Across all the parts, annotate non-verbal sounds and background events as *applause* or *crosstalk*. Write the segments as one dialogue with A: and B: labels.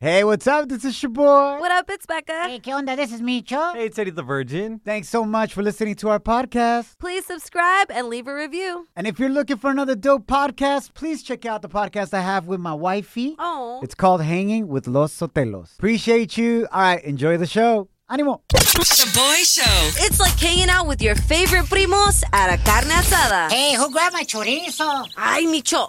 A: Hey, what's up? This is your boy.
B: What up? It's Becca.
C: Hey, ¿qué onda? This is Micho.
D: Hey, it's Eddie the Virgin.
A: Thanks so much for listening to our podcast.
B: Please subscribe and leave a review.
A: And if you're looking for another dope podcast, please check out the podcast I have with my wifey.
B: Oh.
A: It's called Hanging with Los Sotelos. Appreciate you. All right, enjoy the show. Animo.
E: Shaboy Show.
B: It's like hanging out with your favorite primos at a carne asada.
C: Hey, who grabbed my chorizo?
B: Ay, Micho.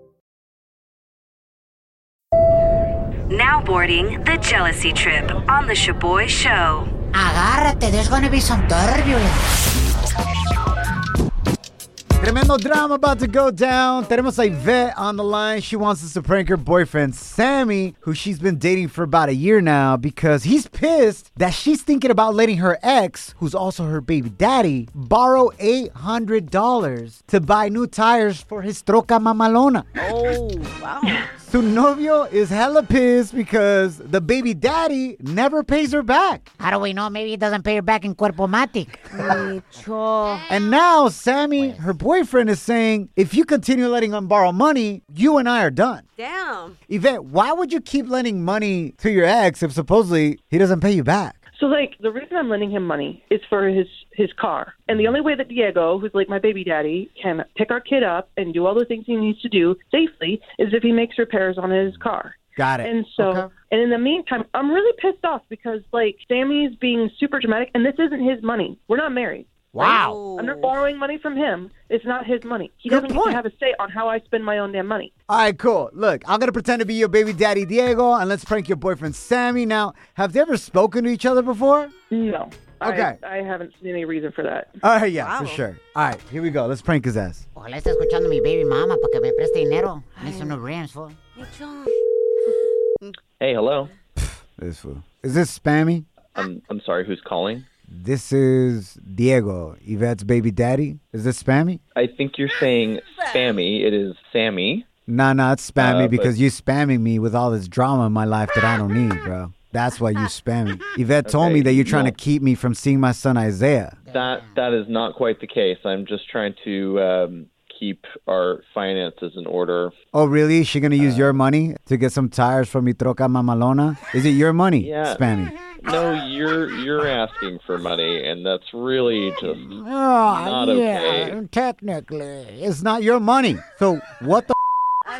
E: Now boarding the jealousy trip on the Shaboy Show.
C: Agárrate, there's gonna be some turbulence.
A: Tremendo drama about to go down. Tenemos a Yvette on the line. She wants us to prank her boyfriend, Sammy, who she's been dating for about a year now because he's pissed that she's thinking about letting her ex, who's also her baby daddy, borrow $800 to buy new tires for his troca mamalona. Su novio is hella pissed because the baby daddy never pays her back.
C: How do we know? Maybe he doesn't pay her back in cuerpo matic.
A: And now Sammy, her boyfriend, is saying, if you continue letting him borrow money, you and I are done.
B: Damn.
A: Yvette, why would you keep lending money to your ex if supposedly he doesn't pay you back?
F: So like the reason I'm lending him money is for his his car. And the only way that Diego, who's like my baby daddy, can pick our kid up and do all the things he needs to do safely is if he makes repairs on his car.
A: Got it.
F: And so
A: Okay.
F: and in the meantime, I'm really pissed off because like Sammy's being super dramatic and this isn't his money. We're not married.
B: Wow.
F: I'm not borrowing money from him. It's not his money. He
A: Good
F: doesn't get
A: point.
F: to have a say on how I spend my own damn money.
A: All right, cool. Look, I'm gonna pretend to be your baby daddy Diego, and let's prank your boyfriend Sammy. Now, have they ever spoken to each other before?
F: No. I-
A: Okay.
F: I, haven't seen any reason for that.
A: All right, Uh, yeah, for
B: Wow.
A: sure. All right, here we go. Let's prank his ass.
C: Ojalá esté escuchando mi baby mama para que me preste dinero. Need some new rims, fool.
B: Micho.
G: Hey, hello.
A: This fool. Is this spammy?
G: I'm I'm sorry, who's calling?
A: This is Diego, Yvette's baby daddy. Is this spammy?
G: I think you're saying spammy. It is Sammy.
A: Nah, nah, it's spammy
G: Uh, but-
A: because you spamming me with all this drama in my life that I don't need, bro. That's why you spamming. Yvette told
G: Okay,
A: me that you're trying
G: no.
A: to keep me from seeing my son Isaiah.
G: That that is not quite the case. I'm just trying to um, keep our finances in order.
A: Oh, really? Is she gonna
G: Uh,
A: use your money to get some tires for mi troca mamalona? Is it your money,
G: Yeah.
A: Spammy?
G: No, you're you're asking for money, and that's really just
A: Oh,
G: okay.
A: technically, it's not your money. So what the?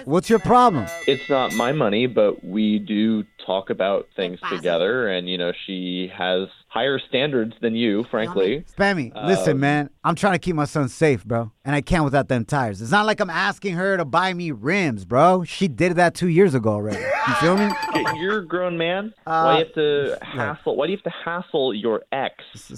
A: What's your problem?
G: it's not my money, but we do talk about things together, and you know she has higher standards than you, frankly.
A: Spammy, listen,
G: Um,
A: man. I'm trying to keep my son safe, bro. And I can't without them tires. It's not like I'm asking her to buy me rims, bro. She did that two years ago already. You feel
G: *laughs*
A: me?
G: You're a grown man.
A: Uh,
G: why do you have to hassle? Why do you have to hassle your ex,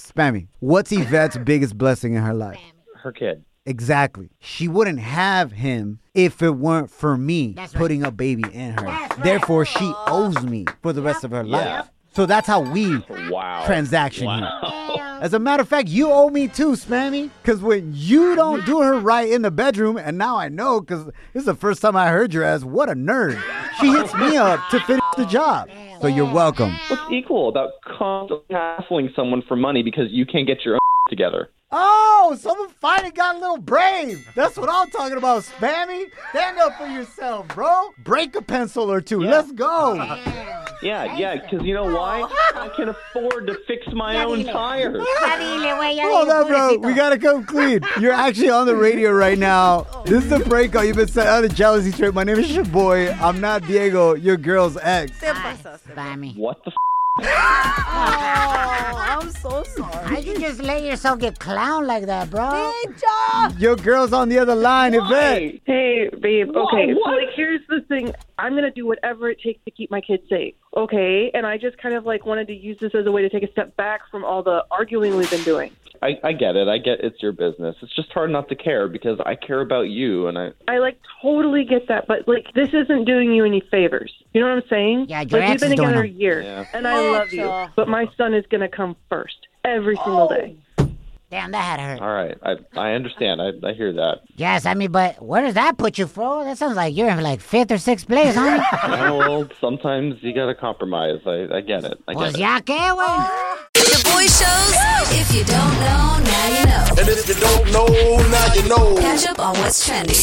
A: Spammy, what's Yvette's biggest blessing in her life?
G: her kid?
A: Exactly. She wouldn't have him if it weren't for me putting a baby in her. Therefore, she owes me for the rest of her life. So that's how we
G: Wow.
A: transaction *laughs* here. As a matter of fact, you owe me too, Spammy. Because when you don't do her right in the bedroom, and now I know because this is the first time I heard your ass, what a nerd. She hits me up to finish the job. So you're welcome.
G: What's equal about constantly hassling someone for money because you can't get your own *laughs* together?
A: Oh, someone finally got a little brave. That's what I'm talking about, Spammy. Stand up for yourself, bro. Break a pencil or two. Let's go.
G: Yeah, yeah, because you know why? I can afford to fix my own tires.
C: Ya dile, güey, ya
A: Hold
C: dile,
A: on, bro. We
C: pobrecito.
A: gotta come clean. You're actually on the radio right now. This is the prank call you've been sent on a jealousy trip. My name is your boy. I'm not Diego, your girl's ex.
B: Te pasaste.
C: Spammy.
G: What the f-
C: just let yourself get clowned like that, bro?
A: Your girl's on the other line, Yvette.
F: Hey, babe. Okay, so like here's the thing. I'm gonna do whatever it takes to keep my kids safe. Okay, and I just kind of like wanted to use this as a way to take a step back from all the arguing we've been doing.
G: I, I get it. I get it's your business. It's just hard not to care because I care about you and I
F: I like totally get that, but like this isn't doing you any favors. You know what I'm saying?
C: Yeah, your
F: like
C: ex
F: we've been
C: is doing
F: together a
C: them. Oh,
F: year,
G: Yeah.
F: and I love you, but my son is gonna come first every single
C: Oh.
F: day.
C: Damn, that had hurt.
G: all right. I I understand. I, I hear that.
C: Yes, I mean, but where does that put you, bro? That sounds like you're in like fifth or sixth place, huh?
G: Yeah, well, sometimes you gotta compromise. I, I get it. I
C: pues
G: get it.
C: ya que, güey.
B: The boy shows. If you don't know, now you know.
D: And if you don't know, now you know.
B: Catch up on what's trending.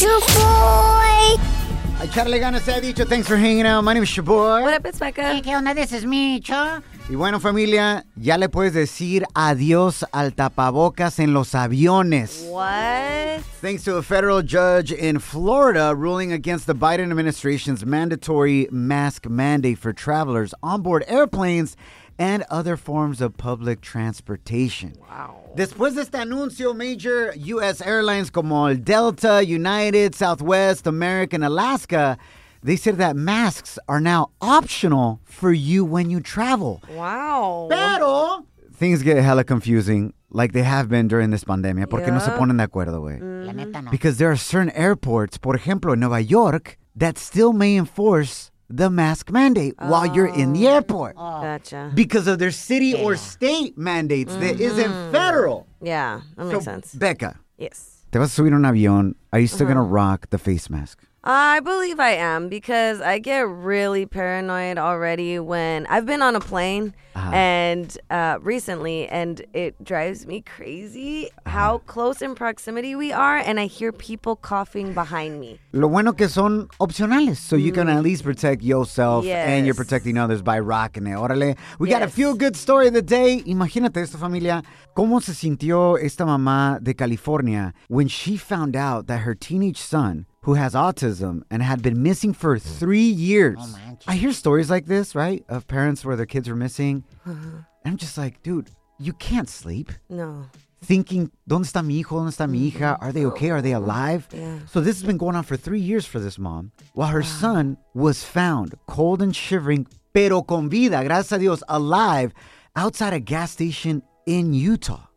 A: Charlie Gana se ha dicho, thanks for hanging out. My name is Shaboy.
B: What up, it's Becca.
C: Hey, ¿Qué onda? This is me, cho.
A: Y bueno, familia, ya le puedes decir adiós al tapabocas en los aviones.
B: What?
A: Thanks to a federal judge in Florida ruling against the Biden administration's mandatory mask mandate for travelers on board airplanes and other forms of public transportation. Wow. Después de este anuncio, major U.S. airlines como el Delta, United, Southwest, American, Alaska, they said that masks are now optional for you when you travel.
B: Wow.
A: Pero things get hella confusing, like they have been during this pandemia, porque no se ponen de acuerdo, güey.
C: La neta no.
A: Because there are certain airports, por ejemplo, en Nueva York, that still may enforce the mask mandate while you're in
B: Oh.
A: the airport
B: Gotcha.
A: because of their city or state mandates that isn't federal.
B: Yeah,
A: So,
B: that Mm-hmm. makes sense. Uh-huh.
A: Becca,
B: Yes.
A: te vas a subir a un avión. Are you still gonna rock the face mask?
B: I believe I am because I get really paranoid already when I've been on a plane and uh, recently, and it drives me crazy how close in proximity we are, and I hear people coughing behind me.
A: Lo bueno que son opcionales, so you can at least protect yourself and you're
B: Mm. Yes.
A: protecting others by rocking it. Órale. We got a
B: Yes.
A: feel good story of the day. Imagínate esto, familia. ¿Cómo se sintió esta mamá de California when she found out that her teenage son, who has autism and had been missing for three years? I hear stories like this, right? Of parents where their kids are missing.
B: Uh-huh.
A: I'm just like, dude, you can't sleep
B: No.
A: thinking, ¿dónde está mi hijo? ¿Dónde está mi hija? Are they okay? Are they alive? So this has been going on for three years for this mom, while her son was found cold and shivering, pero con vida, gracias a Dios, alive, outside a gas station in Utah.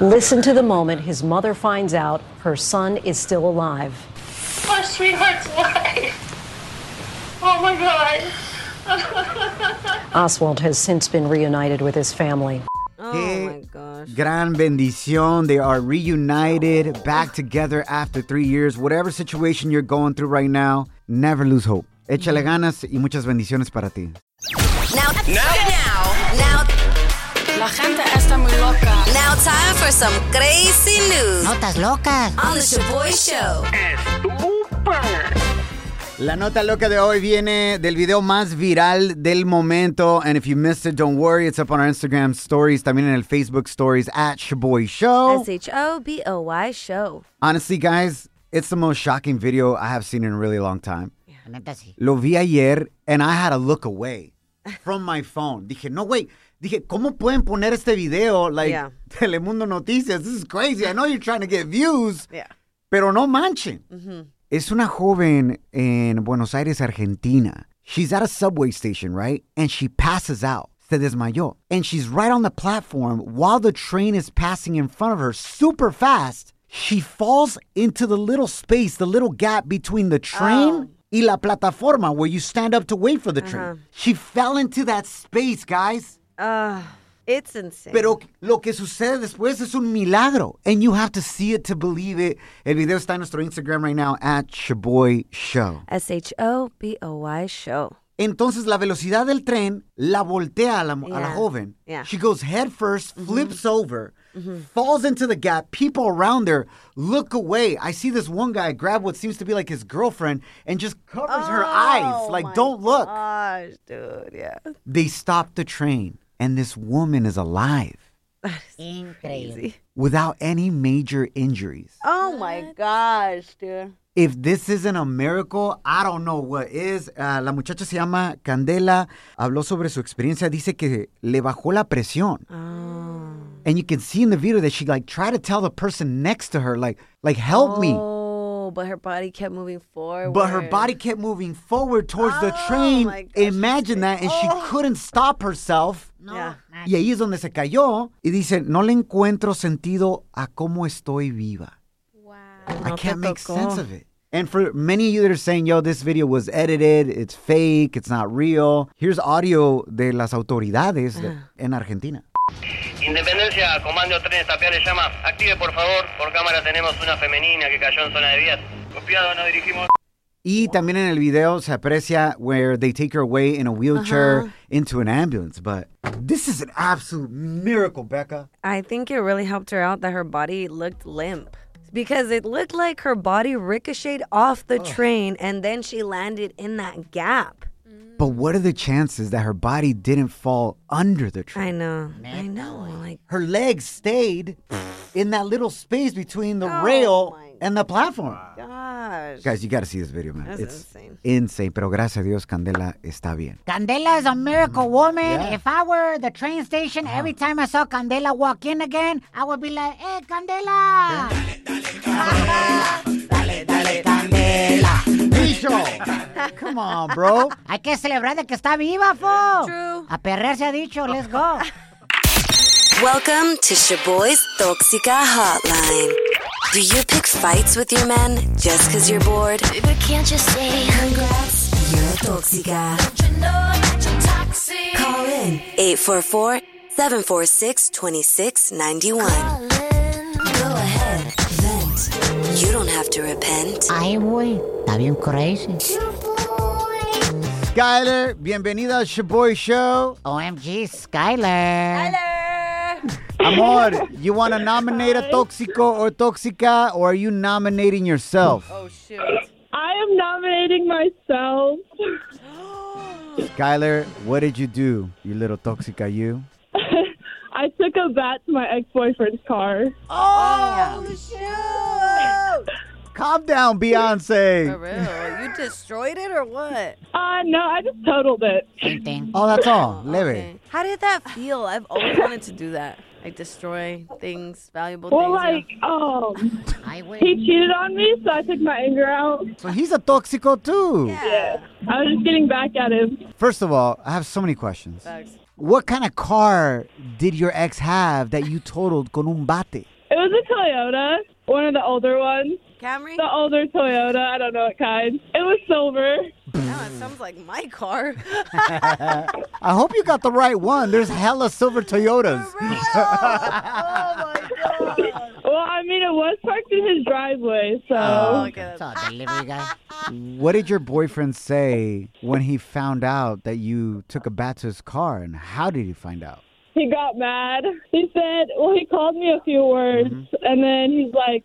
H: Listen to the moment his mother finds out her son is still alive.
D: My sweetheart's wife. Oh my God.
H: Oswald has since been reunited with his family.
B: Oh
A: Qué
B: my gosh.
A: Gran bendición. They are reunited, back together after three years. Whatever situation you're going through right now, never lose hope. Échale ganas y muchas bendiciones para ti.
B: Now, now, now, now,
D: La gente está muy loca.
B: now, time for some crazy news
C: Notas locas.
B: on the Shaboy Show.
A: La nota loca de hoy viene del video más viral del momento. And if you missed it, don't worry. It's up on our Instagram stories, también en el Facebook stories at Shaboy Show.
B: S H O B O Y Show.
A: Honestly, guys, it's the most shocking video I have seen in a really long time.
C: La neta sí.
A: Lo vi ayer, and I had to look away from my phone. Dije, no, wait. Dije, ¿cómo pueden poner este video? Like,
B: Yeah.
A: *laughs* Telemundo Noticias. This is crazy. I know you're trying to get views.
B: Yeah.
A: Pero no manchen. Es una joven en Buenos Aires, Argentina. She's at a subway station, right? And she passes out. Se desmayó. And she's right on the platform while the train is passing in front of her super fast. She falls into the little space, the little gap between the train y la plataforma where you stand up to wait for the train. She fell into that space, guys.
B: Uh, it's insane.
A: Pero lo que sucede después es un milagro. And you have to see it to believe it. El video está en nuestro Instagram right now, at Shaboy Show.
B: S H O B O Y Show.
A: Entonces, la velocidad del tren la voltea a la, a la
B: Yeah,
A: joven.
B: yeah. Mm-hmm.
A: She goes head 1st flips over, falls into the gap. People around her look away. I see this one guy grab what seems to be like his girlfriend and just covers
B: Oh
A: her eyes. Like, don't look.
B: Gosh, dude, yeah.
A: They stop the train, and this woman is alive
C: Increíble.
A: without any major injuries.
B: Oh my gosh, dude.
A: If this isn't a miracle, I don't know what is. Ah, la muchacha se llama
B: Oh.
A: Candela, habló sobre su experiencia, dice que le bajó la presión. And you can see in the video that she like tried to tell the person next to her, like, like help me.
B: Oh, but her body kept moving forward.
A: But her body kept moving forward towards the train. Imagine that. And she couldn't stop herself.
B: Yeah.
A: Y ahí es donde se cayó. Y dice, no le encuentro sentido a cómo estoy viva. I
B: No te
A: can't make
B: tocó.
A: sense of it. And for many of you that are saying, yo, this video was edited, it's fake, it's not real, here's audio de las autoridades de- en Argentina.
I: Independencia, comando trenes tapiales llama. Active por favor, por cámara tenemos una femenina que cayó en zona de vías. Copiado, no dirigimos.
A: Y también en el video se aprecia where they take her away in a wheelchair
B: Ajá.
A: into an ambulance. But this is an absolute miracle, Becca.
B: I think it really helped her out that her body looked limp because it looked like her body ricocheted off the train and then she landed in that gap.
A: But what are the chances that her body didn't fall under the train?
B: I know. I know. Like
A: Her legs stayed in that little space between the rail and the platform.
B: gosh.
A: Guys, you got to see this video, man.
B: That's
A: it's insane. Pero gracias a Dios, Candela está bien.
C: Candela is a miracle woman.
A: Yeah.
C: If I were the train station, every time I saw Candela walk in again, I would be like, hey, Candela.
A: Come on, bro.
C: Hay que celebrar de que está viva, fo.
B: True.
C: A perrear se ha dicho, let's *laughs* go.
E: Welcome to Shaboy's Toxica Hotline. Do you pick fights with your men just because you're bored? But can't you say congrats? You're a Toxica. Call in 844 746 2691. Go ahead, vent. You don't have to repent.
C: Ay, güey, está bien crazy.
A: Skyler, bienvenida al Shaboy Show.
C: OMG, Skyler.
A: Amor, you want to nominate a toxico or toxica, or are you nominating yourself?
B: Oh shoot.
J: I am nominating myself.
A: Skyler, what did you do, you little toxica, you?
J: I took a bat to my ex-boyfriend's car.
B: Oh, shoot.
A: Calm down, Beyonce.
B: For real. You destroyed it or what?
J: Uh, no, I just totaled it.
A: Oh, that's all. Leve.
B: How did that feel? I've always wanted to do that. Like destroy things, valuable
J: Well,
B: things.
J: like,
B: you know?
J: um, he cheated on me, so I took my anger out.
A: So he's a toxico too.
J: I was just getting back at him.
A: First of all, I have so many questions. What kind of car did your ex have that you totaled con un bate?
J: It was a Toyota, one of the older ones.
B: Camry?
J: The older Toyota, I don't know what kind. It was silver.
B: Now it sounds like my *laughs* car.
A: I hope you got the right one. There's hella silver Toyotas.
J: Well, I mean, it was parked in his driveway, so.
A: Oh, okay,
C: It's all *laughs* delivery guy.
A: *laughs* What did your boyfriend say when he found out that you took a bat to his car, and how did he find out?
J: He got mad. He said, well, he called me a few words, and then he's like,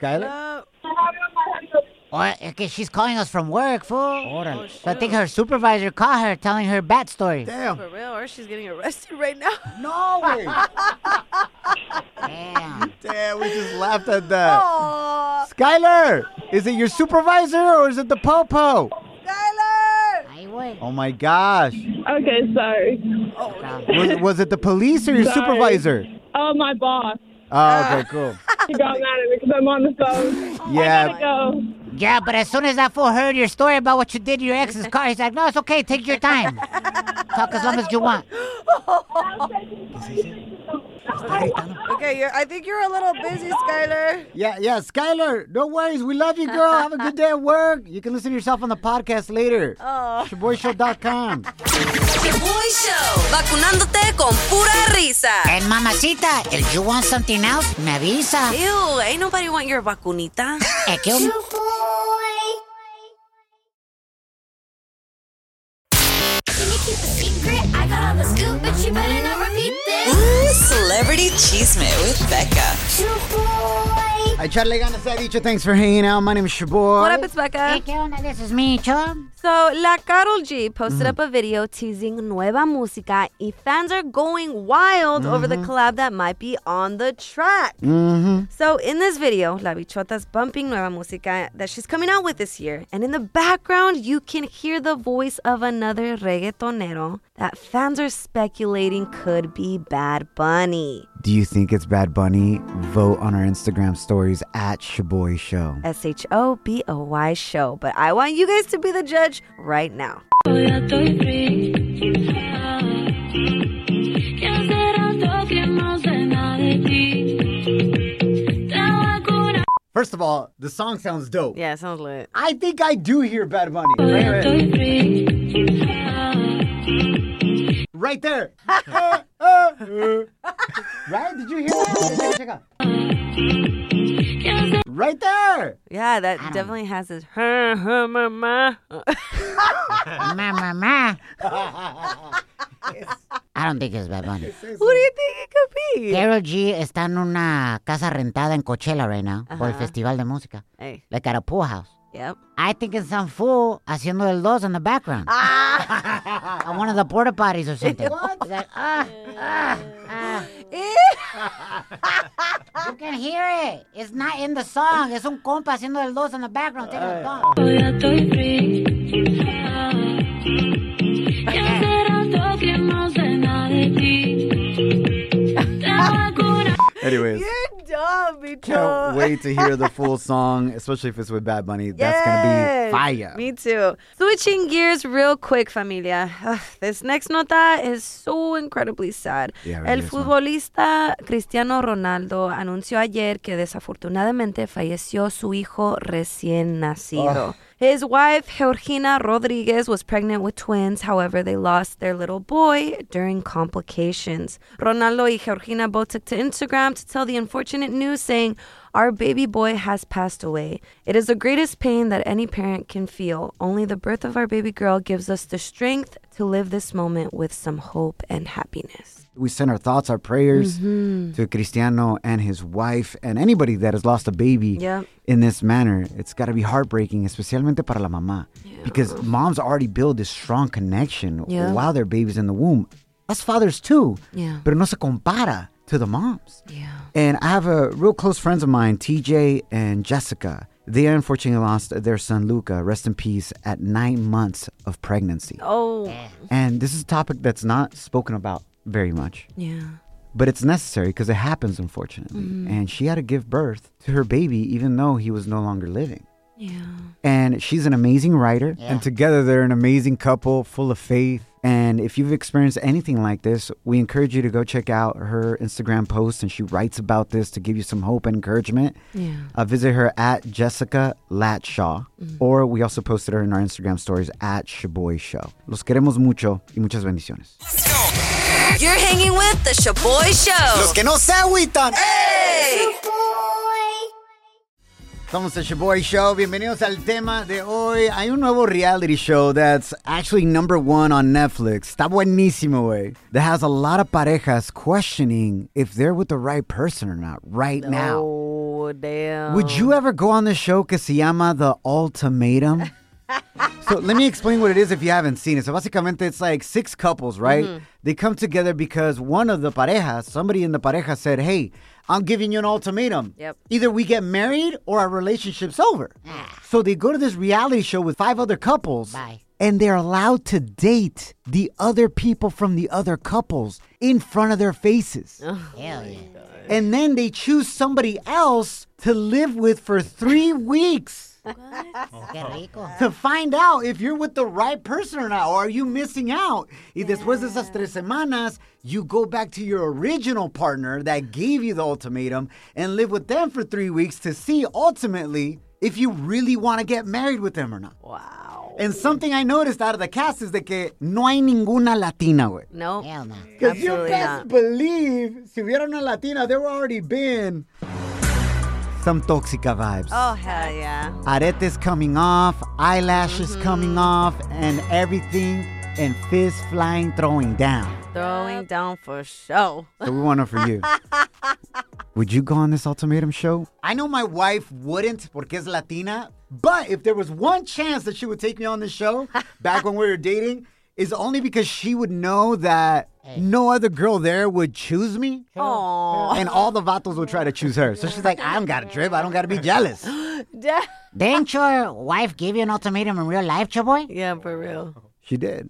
A: Skylar?
C: Or, okay, she's calling us from work, fool. so I think her supervisor caught her telling her bat story.
B: For real, or she's getting arrested right now.
A: No
C: *laughs*
A: way.
C: Damn.
A: Damn, we just laughed at that. Skylar, is it your supervisor or is it the popo?
C: Ay, güey.
A: Oh my gosh.
J: okay, sorry.
A: Was, was it the police or your
J: Sorry.
A: supervisor?
J: Oh, my boss.
A: Oh, okay,
C: *laughs*
A: cool.
K: *laughs*
J: He got mad at me because I'm on the
C: Oh,
J: phone.
A: Yeah.
J: I gotta
C: Yeah, but as soon as that fool heard your story about what you did to your ex's car, he's like, no, it's okay, take your time. Talk as long as you want.
B: *laughs* Okay, you're, I think you're a little busy, Skylar.
A: Yeah, yeah, Skylar, no worries. We love you, girl. Have a good day at work. You can listen to yourself on the podcast later.
B: Oh.
A: ShaboyShow.com.
E: Shaboy Show. Vacunándote con pura risa.
C: And mamacita, if you want something else, me avisa.
B: Ew, ain't nobody want your vacunita.
C: Eh, que un-
E: *laughs* Celebrity Chisme with Becca.
A: I Charlie Gana se ha dicho. Thanks for hanging out. My name is Shaboy.
B: What up, it's Becca.
C: Hey, ¿qué onda? This is me, Chum.
B: So, La Carol G posted up a video teasing nueva música, y fans are going wild over the collab that might be on the track.
A: Mm-hmm.
B: So, in this video, La Bichota's bumping nueva música that she's coming out with this year. And in the background, you can hear the voice of another reggaetonero that fans are speculating could be Bad Bunny.
A: Do you think it's Bad Bunny? Vote on our Instagram stories at Shaboy Show.
B: S H O B O Y show. But I want you guys to be the judge right now.
A: First of all, the song sounds dope.
B: Yeah, it sounds lit.
A: I think I do hear Bad Bunny. Right, right. Right
B: *laughs*
A: there. right? Did you hear that? Check it, check it out. Right
B: *laughs*
A: there.
B: Yeah, that definitely has this. Huh, huh, mama.
C: Ma, ma, ma. I don't think it's Bad Bunny.
B: Who do you think it could be?
C: Carol G está en una casa rentada en Coachella right now por el Festival de Música.
B: Hey.
C: Like at a pool house.
B: Yep.
C: I think it's some fool haciendo el dos in the background. *laughs* on one of the porta potties or something.
A: What?
C: Like, ah, ah, ah. you can hear it. It's not in the song. Es un compa haciendo el dos in the background. Taking a dump.
A: Anyways.
B: You're dumb, bitch.
A: Can't wait to hear the full song, especially if it's with Bad Bunny. That's gonna be
B: Yes,
A: fire.
B: Me too. Switching gears real quick, familia. Ugh, this next nota is so incredibly sad.
A: Yeah, it
B: El
A: is, man.
B: futbolista Cristiano Ronaldo anunció ayer que desafortunadamente falleció su hijo recién nacido.
A: Ugh.
B: His wife, Georgina Rodriguez, was pregnant with twins. However, they lost their little boy during complications. Ronaldo y Georgina both took to Instagram to tell the unfortunate news, saying, Our baby boy has passed away. It is the greatest pain that any parent can feel. Only the birth of our baby girl gives us the strength to live this moment with some hope and happiness.
A: We send our thoughts, our prayers
B: Mm-hmm.
A: to Cristiano and his wife and anybody that has lost a baby
B: Yep.
A: in this manner. It's gotta be heartbreaking, especialmente para la mamá. Because moms already build this strong connection
B: Yeah.
A: while their baby's in the womb. Us fathers too.
B: Yeah.
A: Pero no se compara to the moms.
B: Yeah.
A: And I have a real close friends of mine, TJ and Jessica. They unfortunately lost their son Luca, rest in peace, at nine months of pregnancy.
B: Oh.
A: And this is a topic that's not spoken about very much,
B: Yeah.
A: but it's necessary because it happens, unfortunately.
B: Mhm.
A: And she had to give birth to her baby even though he was no longer living.
B: Yeah.
A: And she's an amazing writer, and together they're an amazing couple full of faith. And if you've experienced anything like this, we encourage you to go check out her Instagram post, and she writes about this to give you some hope and encouragement.
B: Yeah.
A: Uh, visit her at Jessica Latshaw, or we also posted her in our Instagram stories at Shaboy Show. Los queremos mucho y muchas bendiciones.
E: You're hanging with the Shaboy Show.
A: Los que no se agüitan.
E: Hey!
A: Estamos en Shaboy Show. Bienvenidos al tema de hoy. Hay un nuevo reality show that's actually number one on Netflix. Está buenísimo, güey. That has a lot of parejas questioning if they're with the right person or not right now.
B: Oh, damn.
A: Would you ever go on the show que se llama The Ultimatum? so let me explain what it is if you haven't seen it. So básicamente it's like six couples, right?
B: Mhm.
A: They come together because one of the parejas, somebody in the pareja said, hey, I'm giving you an ultimatum.
B: Yep.
A: Either we get married or our relationship's over. so they go to this reality show with five other couples.
C: Bye.
A: And they're allowed to date the other people from the other couples in front of their faces.
C: Hell yeah.
A: and then they choose somebody else to live with for three weeks. To find out if you're with the right person or not, or are you missing out? Y después de esas tres semanas, you go back to your original partner that gave you the ultimatum and live with them for three weeks to see ultimately if you really want to get married with them or not. Wow. And something I noticed out of the cast is that que no hay ninguna latina, güey.
K: No.
C: Hell no.
A: Because you best believe, si hubiera una latina, there would already been some toxica vibes.
K: Oh, hell yeah.
A: Aretes coming off, eyelashes coming off, and everything, and fists flying, throwing down.
K: Throwing down for show.
A: So we want to know for you. Would you go on this ultimatum show? I know my wife wouldn't porque es Latina, but if there was one chance that she would take me on this show back when we were dating, is only because she would know that no other girl there would choose me.
K: Aww.
A: And all the vatos would try to choose her. So she's like, I don't gotta trip. I don't gotta be jealous.
C: Didn't your wife give you an ultimatum in real life, Chaboy?
K: Yeah, for real.
A: She did.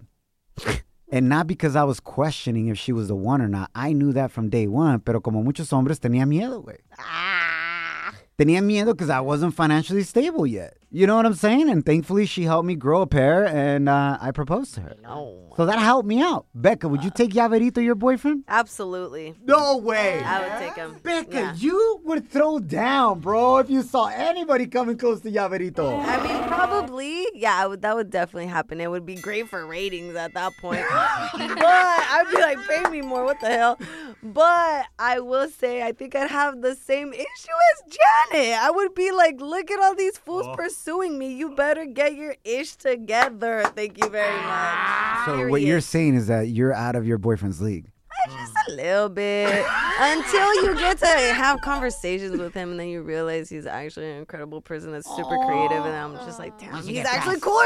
A: And not because I was questioning if she was the one or not. I knew that from day one. Pero como muchos hombres tenía miedo, güey.
K: Ah.
A: Tenía miedo because I wasn't financially stable yet. You know what I'm saying? And thankfully, she helped me grow a pair, and uh, I proposed to her.
K: No.
A: So that helped me out. Becca, would you take Yaverito, your boyfriend?
K: Absolutely.
A: No way.
K: I would take him.
A: Becca, you would throw down, bro, if you saw anybody coming close to Yaverito.
K: I mean, probably, yeah, I would, that would definitely happen. It would be great for ratings at that point. *laughs* but I'd be like, pay me more. What the hell? But I will say, I think I'd have the same issue as Janet. I would be like, look at all these fools pursuing me. You better get your ish together. Thank you very much.
A: So what you're saying is that you're out of your boyfriend's league.
K: Just a little bit until you get to have conversations with him and then you realize he's actually an incredible person that's super creative and I'm just like damn
C: you
K: he's
C: get
K: actually
C: past-
K: cooler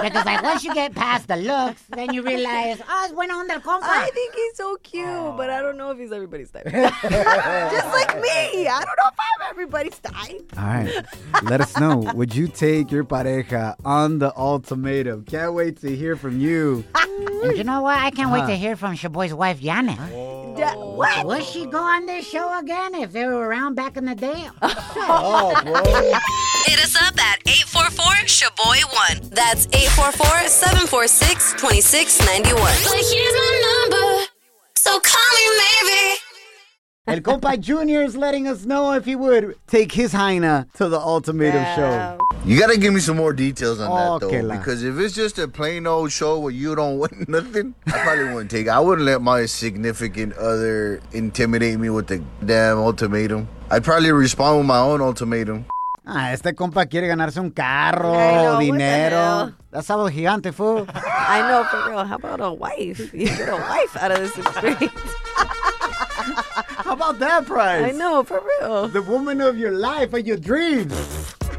C: *laughs*
K: me
C: Because like once you get past the looks, then you realize, oh, it's bueno under el compa.
K: I think he's so cute, but I don't know if he's
C: *laughs*
K: everybody's type. Just like me. I don't know if I'm everybody's type.
A: All right. Let us know. Would you take your pareja on the ultimatum? Can't wait to hear from you.
C: And you know what? I can't wait
A: Huh.
C: to hear from Shaboy's wife, Yana.
K: Da- what?
C: Would she go on this show again if they were around back in the day?
A: oh, bro.
B: Hit us up at 844 Shaboy1. That's 844 746 2691. But here's my number, so call me maybe.
A: El Compa Junior is letting us know if he would take his hyena to the ultimatum show.
L: You gotta give me some more details on that
A: Okay,
L: though,
A: la.
L: because if it's just a plain old show where you don't win *laughs* nothing, I probably wouldn't take. it. I wouldn't let my significant other intimidate me with the damn ultimatum. I'd probably respond with my own ultimatum.
A: Ah, este compa quiere ganarse un carro,
L: know, what the
A: dinero.
L: hell?
A: That's how gigante,
L: *laughs*
A: fool.
K: I know for real. How about a wife? *laughs* You get a wife out of this experience.
A: How about that price?
K: I know, for real.
A: The woman of your life and your dreams.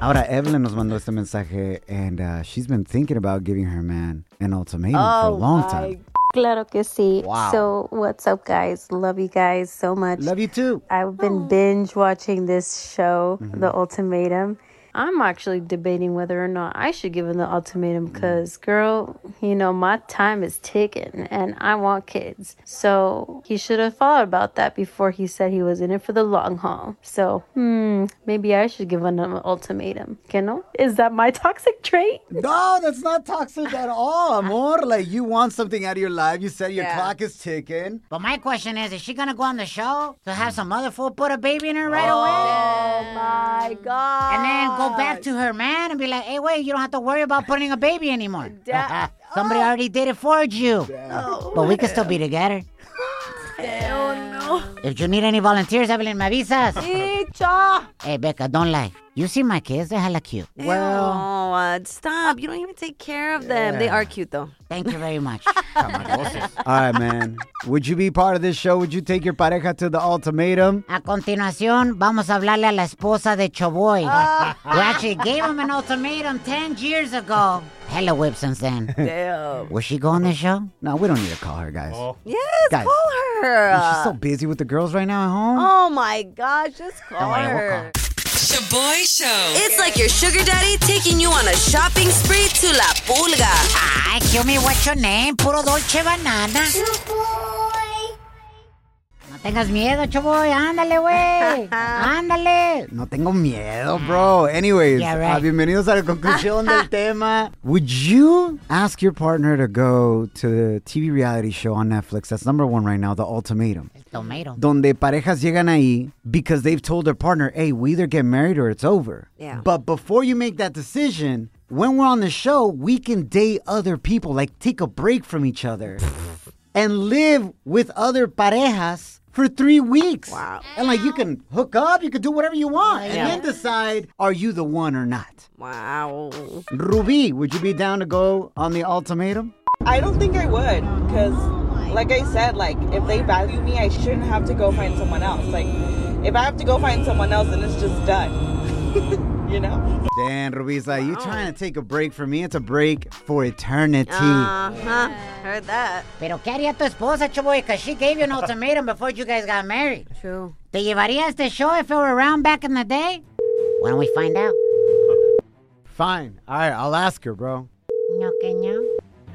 A: Ahora, Evelyn nos mandó este mensaje, and uh, she's been thinking about giving her man an ultimatum for a long time.
M: Oh Claro que sí.
A: Wow.
M: So, what's up, guys? Love you guys so much.
A: Love you too.
M: I've been binge watching this show, The Ultimatum. Mm-hmm. I'm actually debating whether or not I should give him the ultimatum because, girl, you know, my time is ticking and I want kids. So, he should have thought about that before he said he was in it for the long haul. So, hmm, maybe I should give him an ultimatum. You know? Is that my toxic trait?
A: No, that's not toxic at all, amor. Like, you want something out of your life. You said your
C: Yeah.
A: clock is ticking.
C: But my question is, is she gonna go on the show to have some other fool put a baby in her right away?
K: Oh my god!
C: And then go back to her man and be like, hey, wait, you don't have to worry about putting a baby anymore. Uh-uh. Somebody already did it for you. But we could still be together.
K: Hell
C: If you need any volunteers, Evelyn, me avisas.
K: Chicha!
C: Hey, Becca, don't lie. You see my kids, they're hella cute.
K: Well, uh, stop. You don't even take care of them. They
C: Yeah.
K: are cute though.
C: Thank you very much.
A: All right, man. Would you be part of this show? Would you take your pareja to the ultimatum?
C: A continuación, vamos a hablarle a la esposa de Choboy. We actually gave him an ultimatum 10 years ago. Hella whip since then.
B: *laughs*
K: Damn.
C: Will she go on this show?
A: No, we don't need to call her, guys.
K: Yes,
A: Guys,
K: call her.
A: She's so busy with the girls right now at home.
K: oh my gosh, just call
A: worry, we'll
K: her.
B: Shaboy Show. It's like your sugar daddy taking you on a shopping spree to La Pulga.
C: Ay, kill me, what's your name? Puro dolce banana. No Tengas miedo, Choboy. Ándale, güey. Ándale.
A: No tengo miedo, bro. Anyways,
C: Mm. Yeah, right.
A: ah, bienvenidos a la
C: *laughs*
A: conclusión del tema. Would you ask your partner to go to the TV reality show on Netflix? That's number one right now, The Ultimatum.
C: Tomato.
A: Donde parejas llegan ahí because they've told their partner, hey, we either get married or it's over.
C: Yeah.
A: But before you make that decision, when we're on the show, we can date other people, like take a break from each other and live with other parejas for three weeks. Wow. And like you can hook up, you can do whatever you want, and
B: Yeah.
A: then decide are you the one or not.
B: Wow.
A: Ruby, would you be down to go on the ultimatum?
N: I don't think I would because, like I said, like if they value me, I shouldn't have to go find someone else. Like if I have to go find someone else, then it's just done. *laughs* you know.
A: Dan Ruby's like, you trying to take a break for me? It's a break for eternity.
B: huh. Heard that.
C: Pero ¿qué haría tu esposa, Choboy? Because she gave you an ultimatum before you guys got married.
B: True.
C: ¿Te llevaría a este show if it were around back in the day? Why don't we find out?
A: Fine. All right, I'll ask her, bro.
C: No, que no.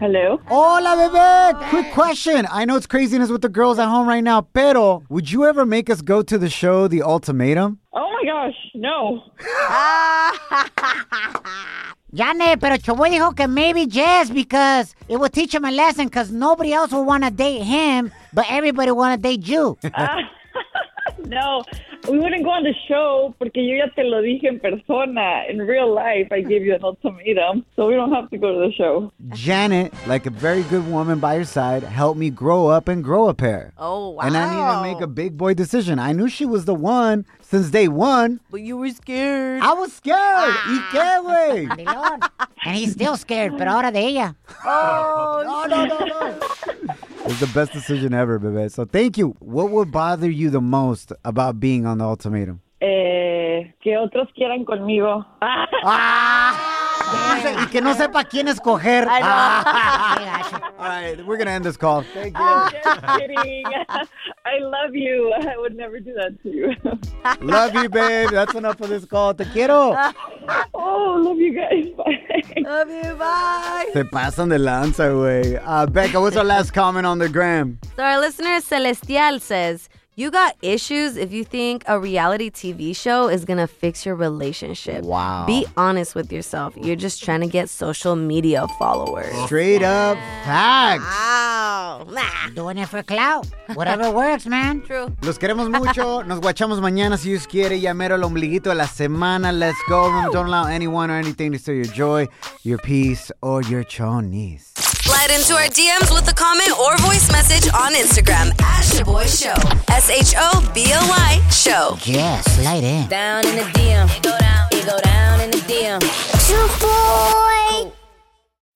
A: Hello. Hola, bebé. Quick question. I know it's craziness with the girls at home right now, pero would you ever make us go to the show, The Ultimatum?
J: Oh my gosh, no.
C: Yane, pero Choboy dijo que maybe yes because it will teach him a lesson because nobody else will want to date him, but everybody want to date you.
J: No, we wouldn't go on the show porque yo ya te lo dije en persona. In real life, I gave you an ultimatum, so we don't have to go to the show.
A: Janet, like a very good woman by your side, helped me grow up and grow a pair.
B: Oh, wow.
A: And I need to make a big boy decision. I knew she was the one since day one.
B: But you were scared. Ah.
A: I was scared. ¿Y qué,
B: *laughs*
A: güey?
C: And he's still scared, pero ahora de ella.
B: Oh,
A: no, no, no, no. It's the best decision ever, bebé. So thank you. What would bother you the most about being on the ultimatum?
J: Eh, que otros quieran conmigo. *laughs* Ah,
A: Ah! Y que no sepa quién escoger. Ah. All right, we're going to end this call. Thank
J: I'm just kidding. *laughs* I love you. *laughs* I would never do that to you. *laughs*
A: you. Love you, babe. That's enough of this call. Te quiero.
J: oh, love you guys. *laughs* Bye.
B: Love you. Bye.
A: Se pasan de lanza, güey. Uh, Becca, what's our last comment on the gram?
B: So our listener Celestial says, "You got issues if you think a reality TV show is gonna fix your relationship.
A: Wow.
B: Be honest with yourself. You're just trying to get social media followers.
A: Straight up facts.
B: Wow.
C: Doing it for clout. Whatever works, man.
B: True.
A: *laughs* Los queremos mucho. Nos guachamos mañana si Dios quiere. Ya mero el ombliguito de la semana. Let's go. Remember, don't allow anyone or anything to steal your joy, your peace, or your chonies.
E: Slide into our DMs with a comment or voice message on Instagram at Shaboy Show. S H O B O Y Show.
C: Yes, slide in.
E: Down in the DM. It go down. It go down in the DM.